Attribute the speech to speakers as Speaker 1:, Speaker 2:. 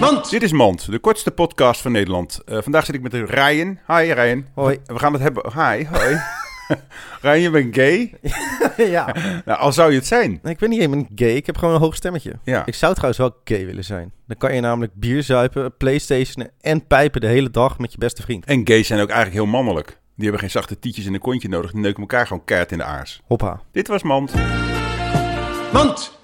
Speaker 1: Mand!
Speaker 2: Dit is Mand, de kortste podcast van Nederland. Eh, vandaag zit ik met Ryan. Hi Ryan.
Speaker 1: Hoi.
Speaker 2: We gaan het hebben... Hi, hoi. Ryan, je bent gay?
Speaker 1: ja.
Speaker 2: Nou, al zou je het zijn.
Speaker 1: Nee, ik ben niet helemaal gay, ik heb gewoon een hoog stemmetje.
Speaker 2: Ja.
Speaker 1: Ik zou trouwens wel gay willen zijn. Dan kan je namelijk bier zuipen, playstationen en pijpen de hele dag met je beste vriend.
Speaker 2: En gays zijn ook eigenlijk heel mannelijk. Die hebben geen zachte tietjes in een kontje nodig. Die neuken elkaar gewoon keihard in de aars.
Speaker 1: Hoppa.
Speaker 2: Dit was Mand.
Speaker 3: Mand!